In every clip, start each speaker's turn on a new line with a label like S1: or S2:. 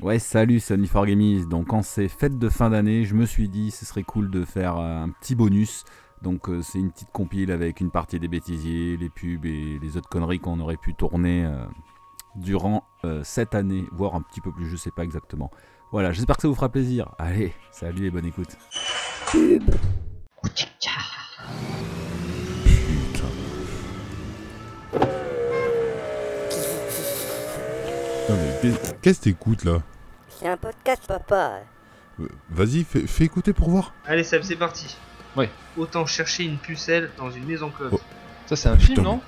S1: Ouais, salut, c'est Only for Gamies. Donc, quand c'est fête de fin d'année, je me suis dit ce serait cool de faire euh, un petit bonus. Donc, euh, c'est une petite compile avec une partie des bêtisiers, les pubs et les autres conneries qu'on aurait pu tourner euh, durant euh, cette année, voire un petit peu plus, je sais pas exactement. Voilà, j'espère que ça vous fera plaisir. Allez, salut et bonne écoute.
S2: Non, mais qu'est- Qu'est-ce que t'écoutes là
S3: C'est un podcast, papa.
S2: Euh, Vas-y, fais, fais écouter pour voir.
S4: Allez Seb, c'est parti.
S5: Ouais.
S4: Autant chercher une pucelle dans une maison close.
S2: Oh.
S5: Ça, c'est un film,
S2: Putain,
S5: non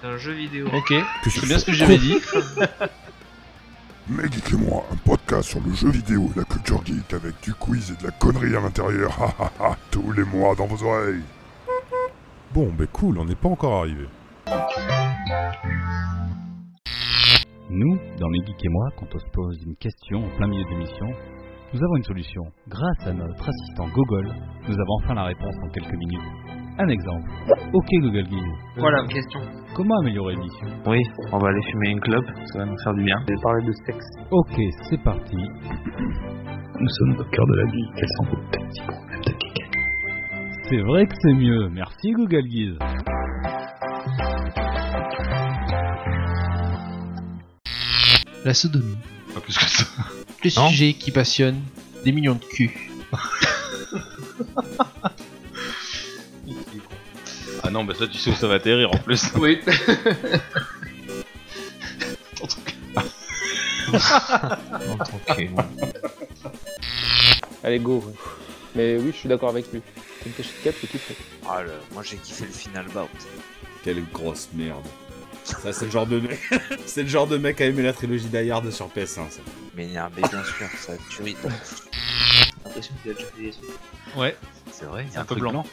S4: C'est un jeu vidéo.
S5: Ok,
S2: Que
S5: c'est bien ce que j'avais dit.
S6: Mais dites-moi, un podcast sur le jeu vidéo et la culture geek avec du quiz et de la connerie à l'intérieur, ha ha ha, tous les mois dans vos oreilles.
S2: Bon, ben cool, on n'est pas encore arrivé.
S7: Nous, dans les geeks et moi, quand on se pose une question en plein milieu d'émission, nous avons une solution. Grâce à notre assistant Gogol, nous avons enfin la réponse en quelques minutes. Un exemple. Ok Google Guillou,
S4: Voilà, question.
S7: comment améliorer l'émission
S8: Oui, on va aller fumer une clope, ça va nous faire du bien. Je vais parler de sexe.
S7: Ok, c'est parti.
S8: Nous sommes au cœur de la vie, quels sont vos petits problèmes de geek
S7: C'est vrai que c'est mieux. Merci Google Guise.
S5: La sodomie.
S9: Ah,
S8: Pas plus que ça.
S5: Le
S8: Non.
S5: sujet qui passionne des millions de culs.
S9: Ah non, bah ça, tu sais où ça va atterrir en plus.
S5: Oui.
S10: Allez, go. ouais. Mais oui, je suis d'accord avec lui. Temptation 4, je kiffe.
S8: Ah, le... moi j'ai kiffé le final bah, bout.
S1: Quelle grosse merde. Ça, c'est le genre de mec. c'est le genre de mec à aimer la trilogie d'Ayard sur PS1.
S8: M'énervé, bien sûr, ça tue.
S4: J'ai l'impression que tu as déjà fait des trucs.
S5: Ouais,
S8: C'est vrai, il y
S5: c'est
S8: a
S5: un,
S8: un
S5: peu
S8: truc
S5: blanc.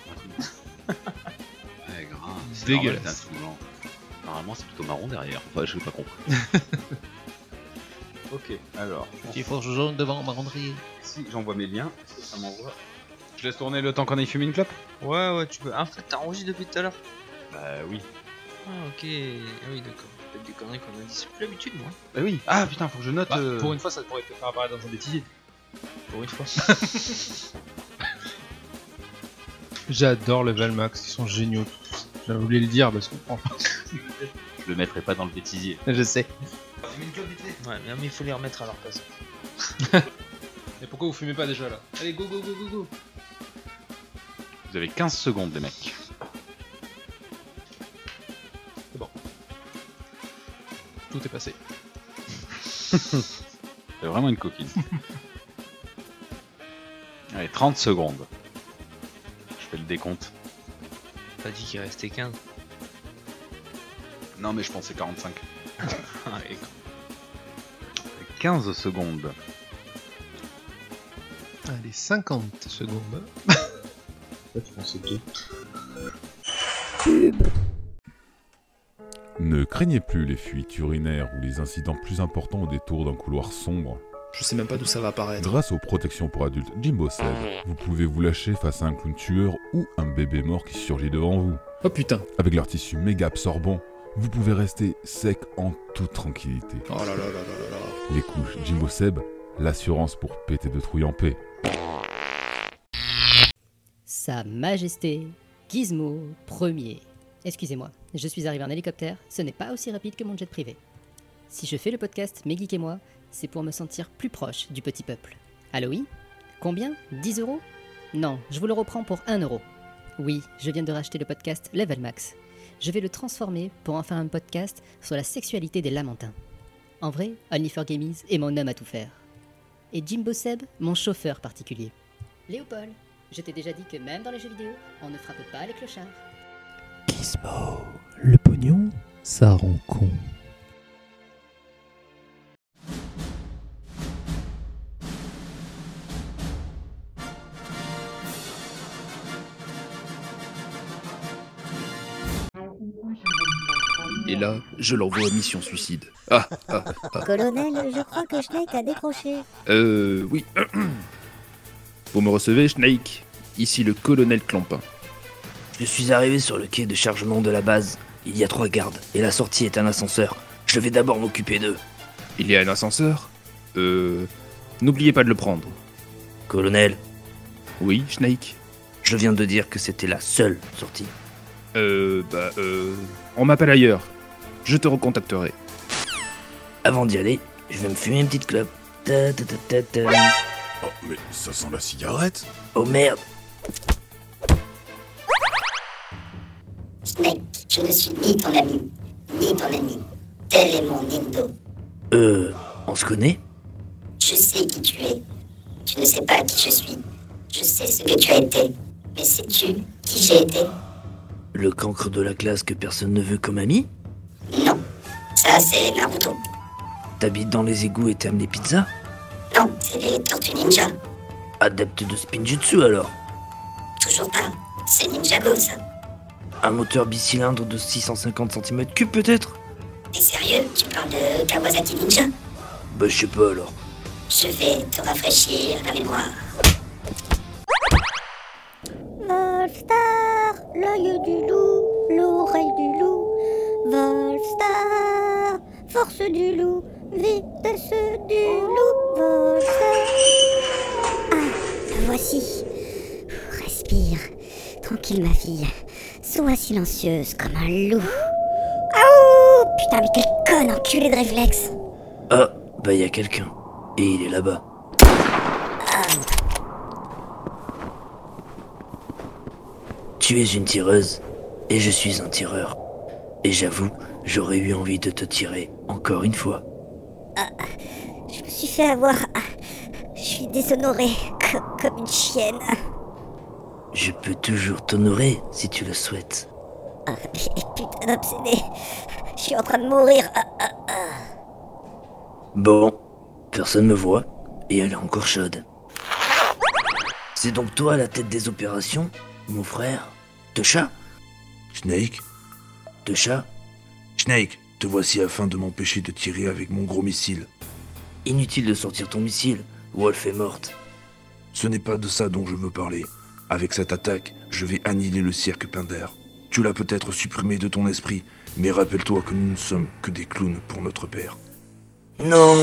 S9: Ouais, grave. C'est
S5: Dégueulasse.
S9: normal, c'est un truc blanc. Normalement, c'est plutôt marron derrière. Enfin, je n'ai pas compris. ok, alors.
S5: Petit forge jaune devant ma rendrie.
S9: Si j'envoie mes liens, parce que ça m'envoie. Je laisse tourner le temps qu'on aille fumer une clope
S4: Ouais, ouais, tu peux. Ah, en fait, t'as enregistré depuis tout à l'heure.
S9: Bah oui.
S4: Ah, ok. Ah oui, d'accord. Peut-être des conneries qu'on a dit. C'est plus l'habitude, moi.
S9: Bah oui. Ah putain, faut que je note. euh,
S5: Pour une fois, ça pourrait te faire apparaître dans un bêtisier.
S4: Pour une fois.
S5: J'adore le Valmax, ils sont géniaux. Je voulais le dire parce que oh.
S9: Je le mettrai pas dans le bêtisier.
S5: je sais.
S4: ouais, mais mais il faut les remettre à leur place.
S5: Mais pourquoi vous fumez pas déjà là Allez, go, go, go, go, go.
S9: Vous avez 15 secondes, les mecs.
S5: Tout est passé.
S9: C'est vraiment une coquine. Allez, 30 secondes. Je fais le décompte.
S4: T'as dit qu'il restait 15.
S9: Non, mais je pensais 45. 15 secondes.
S5: Allez, 50 secondes.
S2: Ne craignez plus les fuites urinaires ou les incidents plus importants au détour d'un couloir sombre.
S10: Je sais même pas d'où ça va apparaître.
S2: Grâce aux protections pour adultes Jimbo 16, vous pouvez vous lâcher face à un clown tueur ou un bébé mort qui surgit devant vous.
S10: Oh putain.
S2: Avec leur tissu méga absorbant, vous pouvez rester sec en toute tranquillité.
S10: Oh là là là là là là.
S2: Les couches Jimbo Seb, l'assurance pour péter de trouille en paix.
S3: Sa Majesté Gizmo Premier. Excusez-moi, je suis arrivé en hélicoptère, ce n'est pas aussi rapide que mon jet privé. Si je fais le podcast Mes Geeks et moi, c'est pour me sentir plus proche du petit peuple. Allô oui Combien 10 euros Non, je vous le reprends pour 1 euro. Oui, je viens de racheter le podcast Level Max. Je vais le transformer pour en faire un podcast sur la sexualité des lamentins. En vrai, Only for Gamies est mon homme à tout faire. Et Jimbo Seb, mon chauffeur particulier. Léopold je t'ai déjà dit que même dans les jeux vidéo, on ne frappe pas les clochards.
S10: Gizmo, le pognon, ça rend con. Et là, je l'envoie à mission suicide. Ah, ah,
S3: Colonel, je crois que Snake a décroché.
S10: euh, oui. Vous me recevez, Snake Ici le colonel Clampin.
S8: Je suis arrivé sur le quai de chargement de la base. Il y a trois gardes, et la sortie est un ascenseur. Je vais d'abord m'occuper d'eux. Il y a un ascenseur Euh. N'oubliez pas de le prendre. Colonel Oui, Snake Je viens de dire que c'était la seule sortie. Euh. Bah, euh. On m'appelle ailleurs. Je te recontacterai. Avant d'y aller, je vais me fumer une petite clope. Ta, ta, ta, ta, ta.
S2: Oh, mais ça sent la cigarette
S8: Oh merde
S11: Snake, je ne suis ni ton ami, ni ton ennemi. Tel est mon Nindo.
S8: Euh. On se connaît
S11: Je sais qui tu es. Tu ne sais pas qui je suis. Je sais ce que tu as été. Mais sais-tu qui j'ai été
S8: Le cancre de la classe que personne ne veut comme ami
S11: Non. Ça, c'est Naruto.
S8: T'habites dans les égouts et t'aimes les pizzas
S11: Non, c'est les Tortues Ninja.
S8: Adepte de Spinjutsu alors
S11: Toujours pas. C'est Ninjago, ça.
S8: Un moteur bicylindre de 650 cm3 peut-être
S11: Mais sérieux, tu parles de Kawasaki Ninja
S8: Bah je sais pas alors.
S11: Je vais te rafraîchir la mémoire.
S12: Volstar, l'œil du loup, l'oreille du loup. Volstar, force du loup, vitesse du loup. Volstar. Ah, me voici. Respire. Tranquille, ma fille. Sois silencieuse comme un loup. Aouh Putain, mais hein. quel con enculé de réflexe.
S8: Ah, bah y a quelqu'un. Et il est là-bas. Tu es une tireuse, et je suis un tireur. Et j'avoue, j'aurais eu envie de te tirer encore une fois.
S12: Je me suis fait avoir. Ah, Je suis déshonorée, co- comme une chienne.
S8: Je peux toujours t'honorer si tu le souhaites.
S12: Ah, mais putain d'obsédé. Je suis en train de mourir. Ah, ah,
S8: Bon, personne me voit, et elle est encore chaude. C'est donc toi à la tête des opérations, mon frère De chat Snake De chat Snake, te voici afin de m'empêcher de tirer avec mon gros missile. Inutile de sortir ton missile, Wolf est morte.
S13: Ce n'est pas de ça dont je veux parler. Avec cette attaque, je vais annihiler le cirque Pinder. Tu l'as peut-être supprimé de ton esprit, mais rappelle-toi que nous ne sommes que des clowns pour notre père.
S8: Non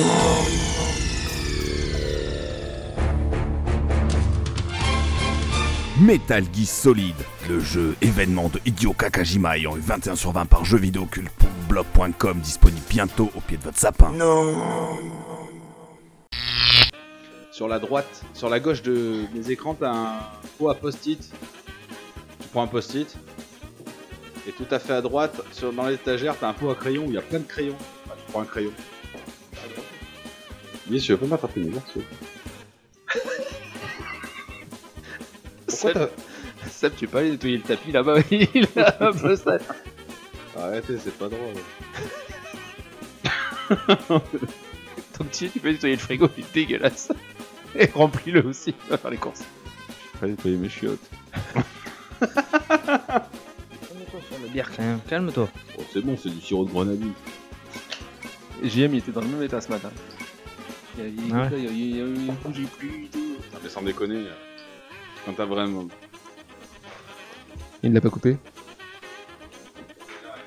S14: Metal Gear Solid, le jeu événement de Hideo Kakajima ayant eu 21 sur 20 par jeu vidéo culte pour blog.com disponible bientôt au pied de votre sapin.
S8: Non
S1: Sur la droite, sur la gauche de mes écrans, t'as un pot à post-it. Tu prends un post-it. Et tout à fait à droite, sur- dans l'étagère, t'as un pot à crayon où il y a plein de crayons. Enfin, tu prends un crayon. Oui, je peux m'attraper mes morceaux. Seb, Seb, tu peux aller nettoyer le tapis là-bas, il a un peu ça. Arrêtez, c'est pas drôle. Ton petit, tu peux nettoyer le frigo, il est dégueulasse. Et remplis-le aussi, va faire les courses. Je peux nettoyer mes chiottes.
S5: Calme-toi.
S1: c'est bon, c'est du sirop de grenadine.
S5: JM, il était dans le même état ce matin. Il y a, il-
S1: Ah ouais.
S5: il y a- il y a- il bougeait plus.
S1: Non, mais sans déconner, euh, quand t'as vraiment.
S15: Il l'a pas coupé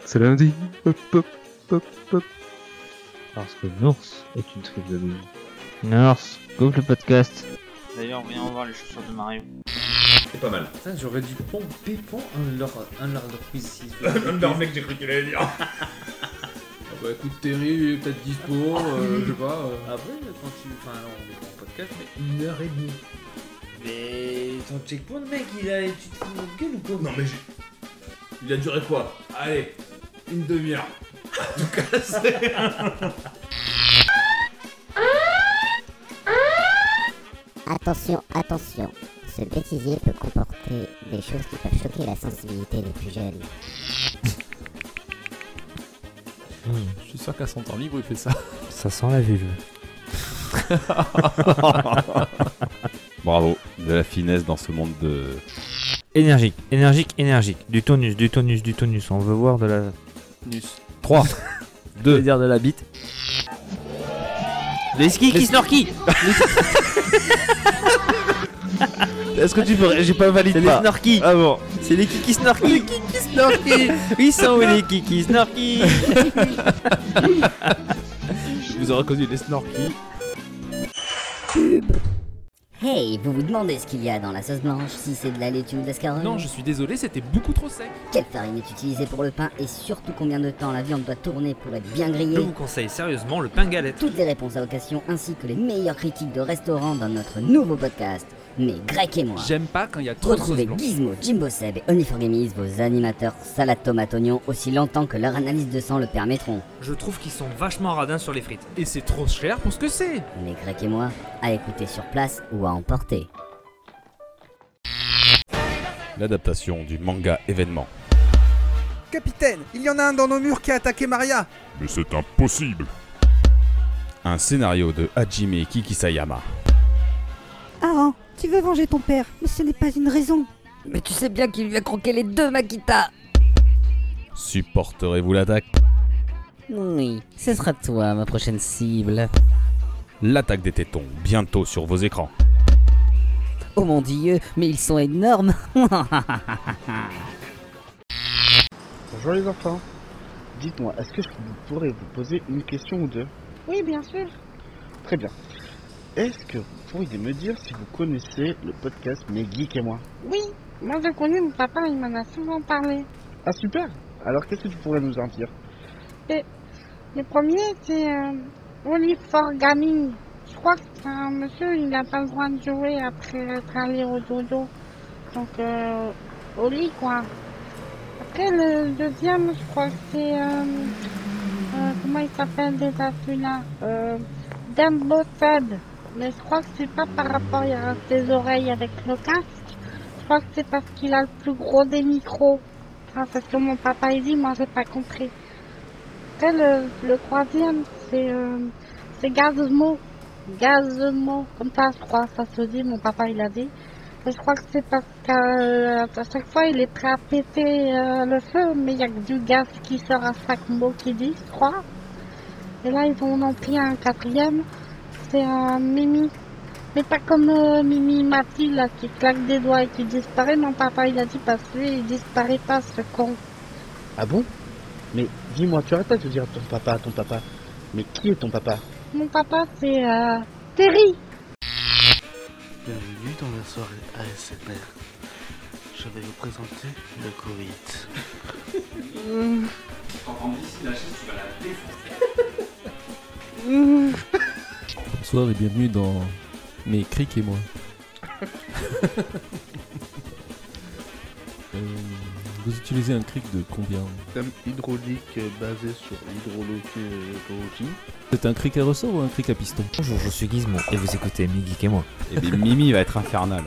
S15: C'est lundi. Hop, hop, hop, hop.
S4: Parce que l'ours est une triple de bouillon. L'ours, coupe le podcast.
S16: D'ailleurs, voyons voir les chaussures de Mario.
S17: C'est pas mal. Putain, j'aurais dû pomper pour un de leurs un de leurs quiz ici.
S16: Un de leurs mecs, j'ai cru qu'il allait dire.
S17: bah écoute, Terry, il est peut-être dispo, euh, je sais pas. Après, quand tu. Enfin, non, on est pas en podcast, mais une heure et demie. Mais ton checkpoint, mec, il a. Tu te fous de notre gueule ou quoi Non, mais j'ai. Il a duré quoi Allez, une demi-heure. Tout cassé
S12: Attention, attention. Ce bêtisier peut comporter des choses qui peuvent choquer la sensibilité des plus jeunes.
S18: Je suis sûr qu'à son temps libre, il fait ça.
S4: Ça sent la vulve.
S19: Bravo, de la finesse dans ce monde de.
S4: énergique, énergique, énergique. Du tonus, du tonus, du tonus. On veut voir de la.
S19: Nus.
S4: 3,
S19: 2.
S4: dire de la bite. Les skis qui snorky
S19: Est-ce que tu peux. J'ai pas validé.
S4: C'est des snorkies
S19: Ah bon
S4: C'est les kikis snorkies Les kikis
S20: Snorky Ils sont où les kikis Snorky
S4: Vous aurez reconnu les snorkies.
S12: Hey, vous vous demandez ce qu'il y a dans la sauce blanche, si c'est de la laitue ou de l'escarole
S4: Non, je suis désolé, c'était beaucoup trop sec.
S12: Quelle farine est utilisée pour le pain et surtout combien de temps la viande doit tourner pour être bien grillée
S21: Je vous conseille sérieusement le pain galette.
S12: Toutes les réponses à occasion ainsi que les meilleures critiques de restaurants dans notre nouveau podcast. Mais Greg et moi.
S4: J'aime pas quand il y a trop de sauce
S12: Retrouvez
S4: blanche.
S12: Gizmo, Jimbo Seb et Only for Gamies, vos animateurs salade tomate oignon, aussi longtemps que leur analyse de sang le permettront.
S21: Je trouve qu'ils sont vachement radins sur les frites.
S4: Et c'est trop cher pour ce que c'est.
S12: Mais Greg et moi, à écouter sur place ou à emporter.
S1: L'adaptation du manga événement.
S22: Capitaine, il y en a un dans nos murs qui a attaqué Maria.
S2: Mais c'est impossible
S1: Un scénario de Hajime Kikisayama.
S23: Aran, tu veux venger ton père, mais ce n'est pas une raison.
S3: Mais tu sais bien qu'il lui a croqué les deux, Makita
S1: Supporterez-vous l'attaque
S3: Oui, ce sera toi, ma prochaine cible.
S1: L'attaque des tétons, bientôt sur vos écrans.
S3: Oh mon dieu, mais ils sont énormes
S24: Bonjour les enfants. Dites-moi, est-ce que je pourrais vous poser une question ou deux
S23: Oui, bien sûr.
S24: Très bien. Est-ce que vous pourriez me dire si vous connaissez le podcast Mes Geeks et moi
S23: Oui, moi je connais mon papa, il m'en a souvent parlé.
S24: Ah super Alors qu'est-ce que tu pourrais nous en dire
S23: Et le premier, c'est euh, Only for Gaming. Je crois que c'est un monsieur, il n'a pas le droit de jouer après être allé au dodo. Donc, euh, au lit, quoi. Après, le deuxième, je crois que c'est... euh, euh, comment il s'appelle déjà celui-là euh, Dumbo Seb. Mais je crois que c'est pas par rapport à ses oreilles avec le casque. Je crois que c'est parce qu'il a le plus gros des micros. Enfin, Ah, c'est ce que mon papa il dit, moi j'ai pas compris. Après, le, le troisième, c'est euh, c'est Gazmo. Gazmo, comme ça, je crois, ça se dit, mon papa il a dit. Et je crois que c'est parce qu'à euh, à chaque fois, il est prêt à péter euh, le feu, mais il y a que du gaz qui sort à chaque mot qu'il dit, je crois. Et là, ils ont en pris un quatrième, c'est un Mimi. Mais pas comme euh, Mimi Mathilde, là, qui claque des doigts et qui disparaît. Mon papa, il a dit, parce que lui, il disparaît pas, ce con.
S24: Ah bon Mais dis-moi, tu arrêtes pas de dire à ton papa, à ton papa. Mais qui est ton papa
S23: Mon papa, c'est euh, Terry.
S25: Bienvenue dans la soirée ASMR. Je vais vous présenter le Covid.
S4: Bonsoir et bienvenue dans mes criques et moi. Euh, vous utilisez un cric de combien
S25: Système hydraulique euh, basé sur l'hydrologie.
S4: C'est un cric à ressort ou un cric à piston
S8: Bonjour, je suis Gizmo et vous écoutez Miguel et moi.
S1: Et Eh bien Mimi va être infernal.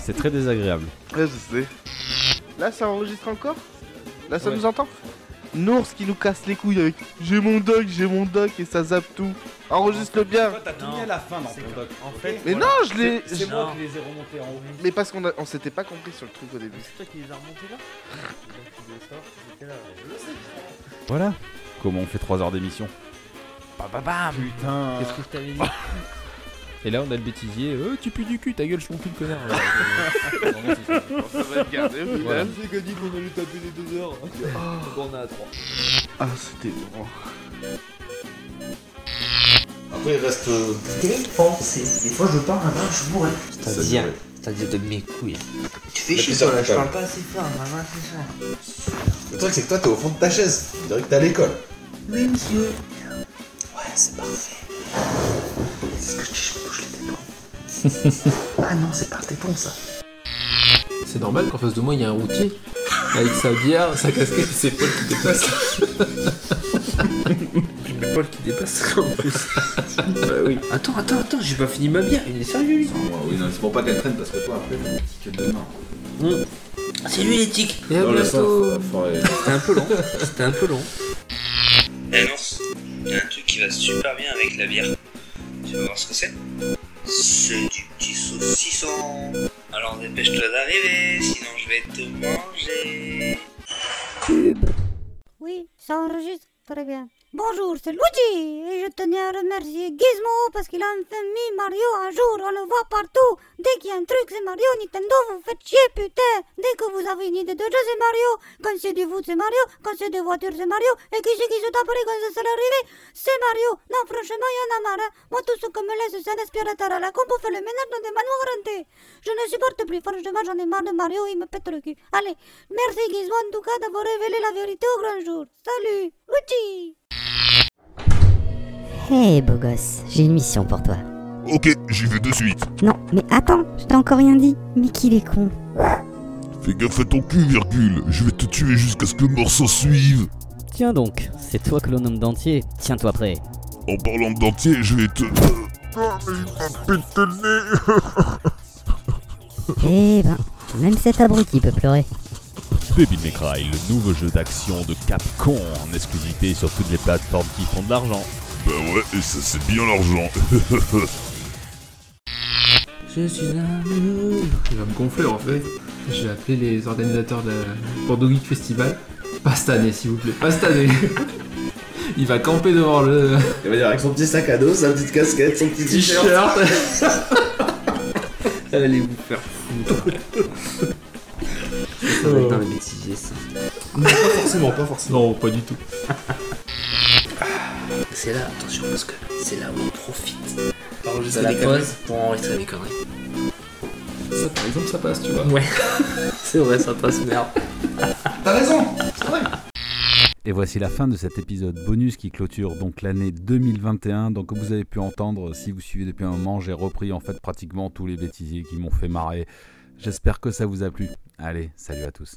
S1: C'est très désagréable.
S25: Ouais, je sais. Là, ça enregistre encore Là, Ah, ça nous entend Nours qui nous casse les couilles avec j'ai mon doc, j'ai mon doc et ça zappe tout. Enregistre bien.
S26: T'as tout mis à la fin dans ton doc. En fait,
S25: Mais non, je l'ai.
S26: C'est
S25: je-
S26: moi qui les ai remontés en haut.
S25: Mais parce qu'on a- on s'était pas compris sur le truc au début. C'est toi qui les as remontés là
S1: Voilà. Comment on fait 3 heures d'émission Putain
S25: Bah, Qu'est-ce que je
S1: t'avais dit
S4: Et là, on a le bêtisier. Euh, tu pues du cul, ta gueule, je suis mon cul de connard.
S25: Ça va être gardé, au final.
S4: C'est que dit qu'on a lui taper les deux heures.
S25: on a à 3. Ah, c'était bon.
S27: Après, il reste. C'était Des fois, je parle un je bourré.
S8: C'est-à-dire C'est-à-dire de mes couilles.
S27: Tu
S28: Bah,
S8: fais chier, toi, là, je parle
S27: pas assez fort, maman, c'est ça. Le truc, c'est que toi, t'es au fond de ta chaise. On dirait que t'es à l'école. Oui, monsieur. Ouais, c'est parfait. Est-ce que je bouge les Ah non, c'est pas tes ponts, ça.
S4: C'est normal qu'en face de moi, il y a un routier. Avec sa bière, sa casquette et ses poils qui dépassent.
S8: Une épaule qui dépasse en plus. bah oui. Attends, attends, attends, j'ai pas fini ma bière, il est sérieux lui
S27: oui, non, c'est pour pas qu'elle traîne parce que toi, après, tu que demain.
S8: C'est lui les tics Et à
S27: Dans le
S8: bientôt
S27: sens, faut- faut-
S8: C'était un peu long, c'était un peu long.
S29: Eh non, il y a un truc qui va super bien avec la bière. Tu vas voir ce que c'est C'est du petit saucisson. Alors dépêche-toi d'arriver, sinon je vais te manger.
S23: Oui, ça enregistre très bien.
S12: Bonjour, c'est Luigi et je tenais à remercier Gizmo parce qu'il a enfin mis Mario un jour, on le voit partout. Dès qu'il y a un truc, c'est Mario, Nintendo, vous faites chier, putain. Dès que vous avez une idée de jeu, c'est Mario. Quand c'est du foot, c'est Mario. Quand c'est des voitures, c'est Mario. Et qui c'est qui se taperait quand ça sera arrivé C'est Mario. Non, franchement, il y en a marre. hein. Moi, tout ce que me laisse, c'est un aspirateur à la con pour faire le ménage dans des manoirs hantés. Je ne supporte plus, franchement, j'en ai marre de Mario, il me pète le cul. Allez, merci Gizmo en tout cas d'avoir révélé la vérité au grand jour. Salut, Luigi
S30: Hé beau gosse, j'ai une mission pour toi.
S2: Ok, j'y vais de suite.
S30: Non, mais attends, je t'ai encore rien dit. Mais qu'il est con.
S2: Fais gaffe à ton cul, virgule. Je vais te tuer jusqu'à ce que mort s'en suive.
S31: Tiens donc, c'est toi que l'on nomme d'entier. Tiens-toi prêt.
S2: En parlant de dentier, je vais te.
S30: Eh ben, même cet abruti peut pleurer.
S1: Baby May Cry, le nouveau jeu d'action de Capcom en exclusivité sur toutes les plateformes qui font de l'argent.
S2: Bah ouais, et ça c'est bien l'argent.
S8: Je suis un loup.
S28: Il va me gonfler en fait. J'ai appelé les organisateurs de la Bordeaux Geek Festival. Pas cette année, s'il vous plaît, pas cette année. Il va camper devant le
S9: Il va dire avec son petit sac à dos, sa petite casquette, son petit
S28: t-shirt.
S8: Allez vous faire foutre. Ça va être dans les bêtises, ça.
S28: Pas forcément, pas forcément. Non, pas du tout.
S8: C'est là, attention, parce que c'est là où on profite de
S28: Enregistrer
S8: la
S28: des conneries.
S8: pause pour enregistrer mes conneries.
S28: Ça, par exemple, ça passe, tu vois.
S8: Ouais, c'est vrai, ça passe merde.
S28: T'as raison, c'est vrai.
S1: Et voici la fin de cet épisode bonus qui clôture donc l'année 2021. Donc comme vous avez pu entendre, si vous suivez depuis un moment, j'ai repris en fait pratiquement tous les bêtisiers qui m'ont fait marrer. J'espère que ça vous a plu. Allez, salut à tous.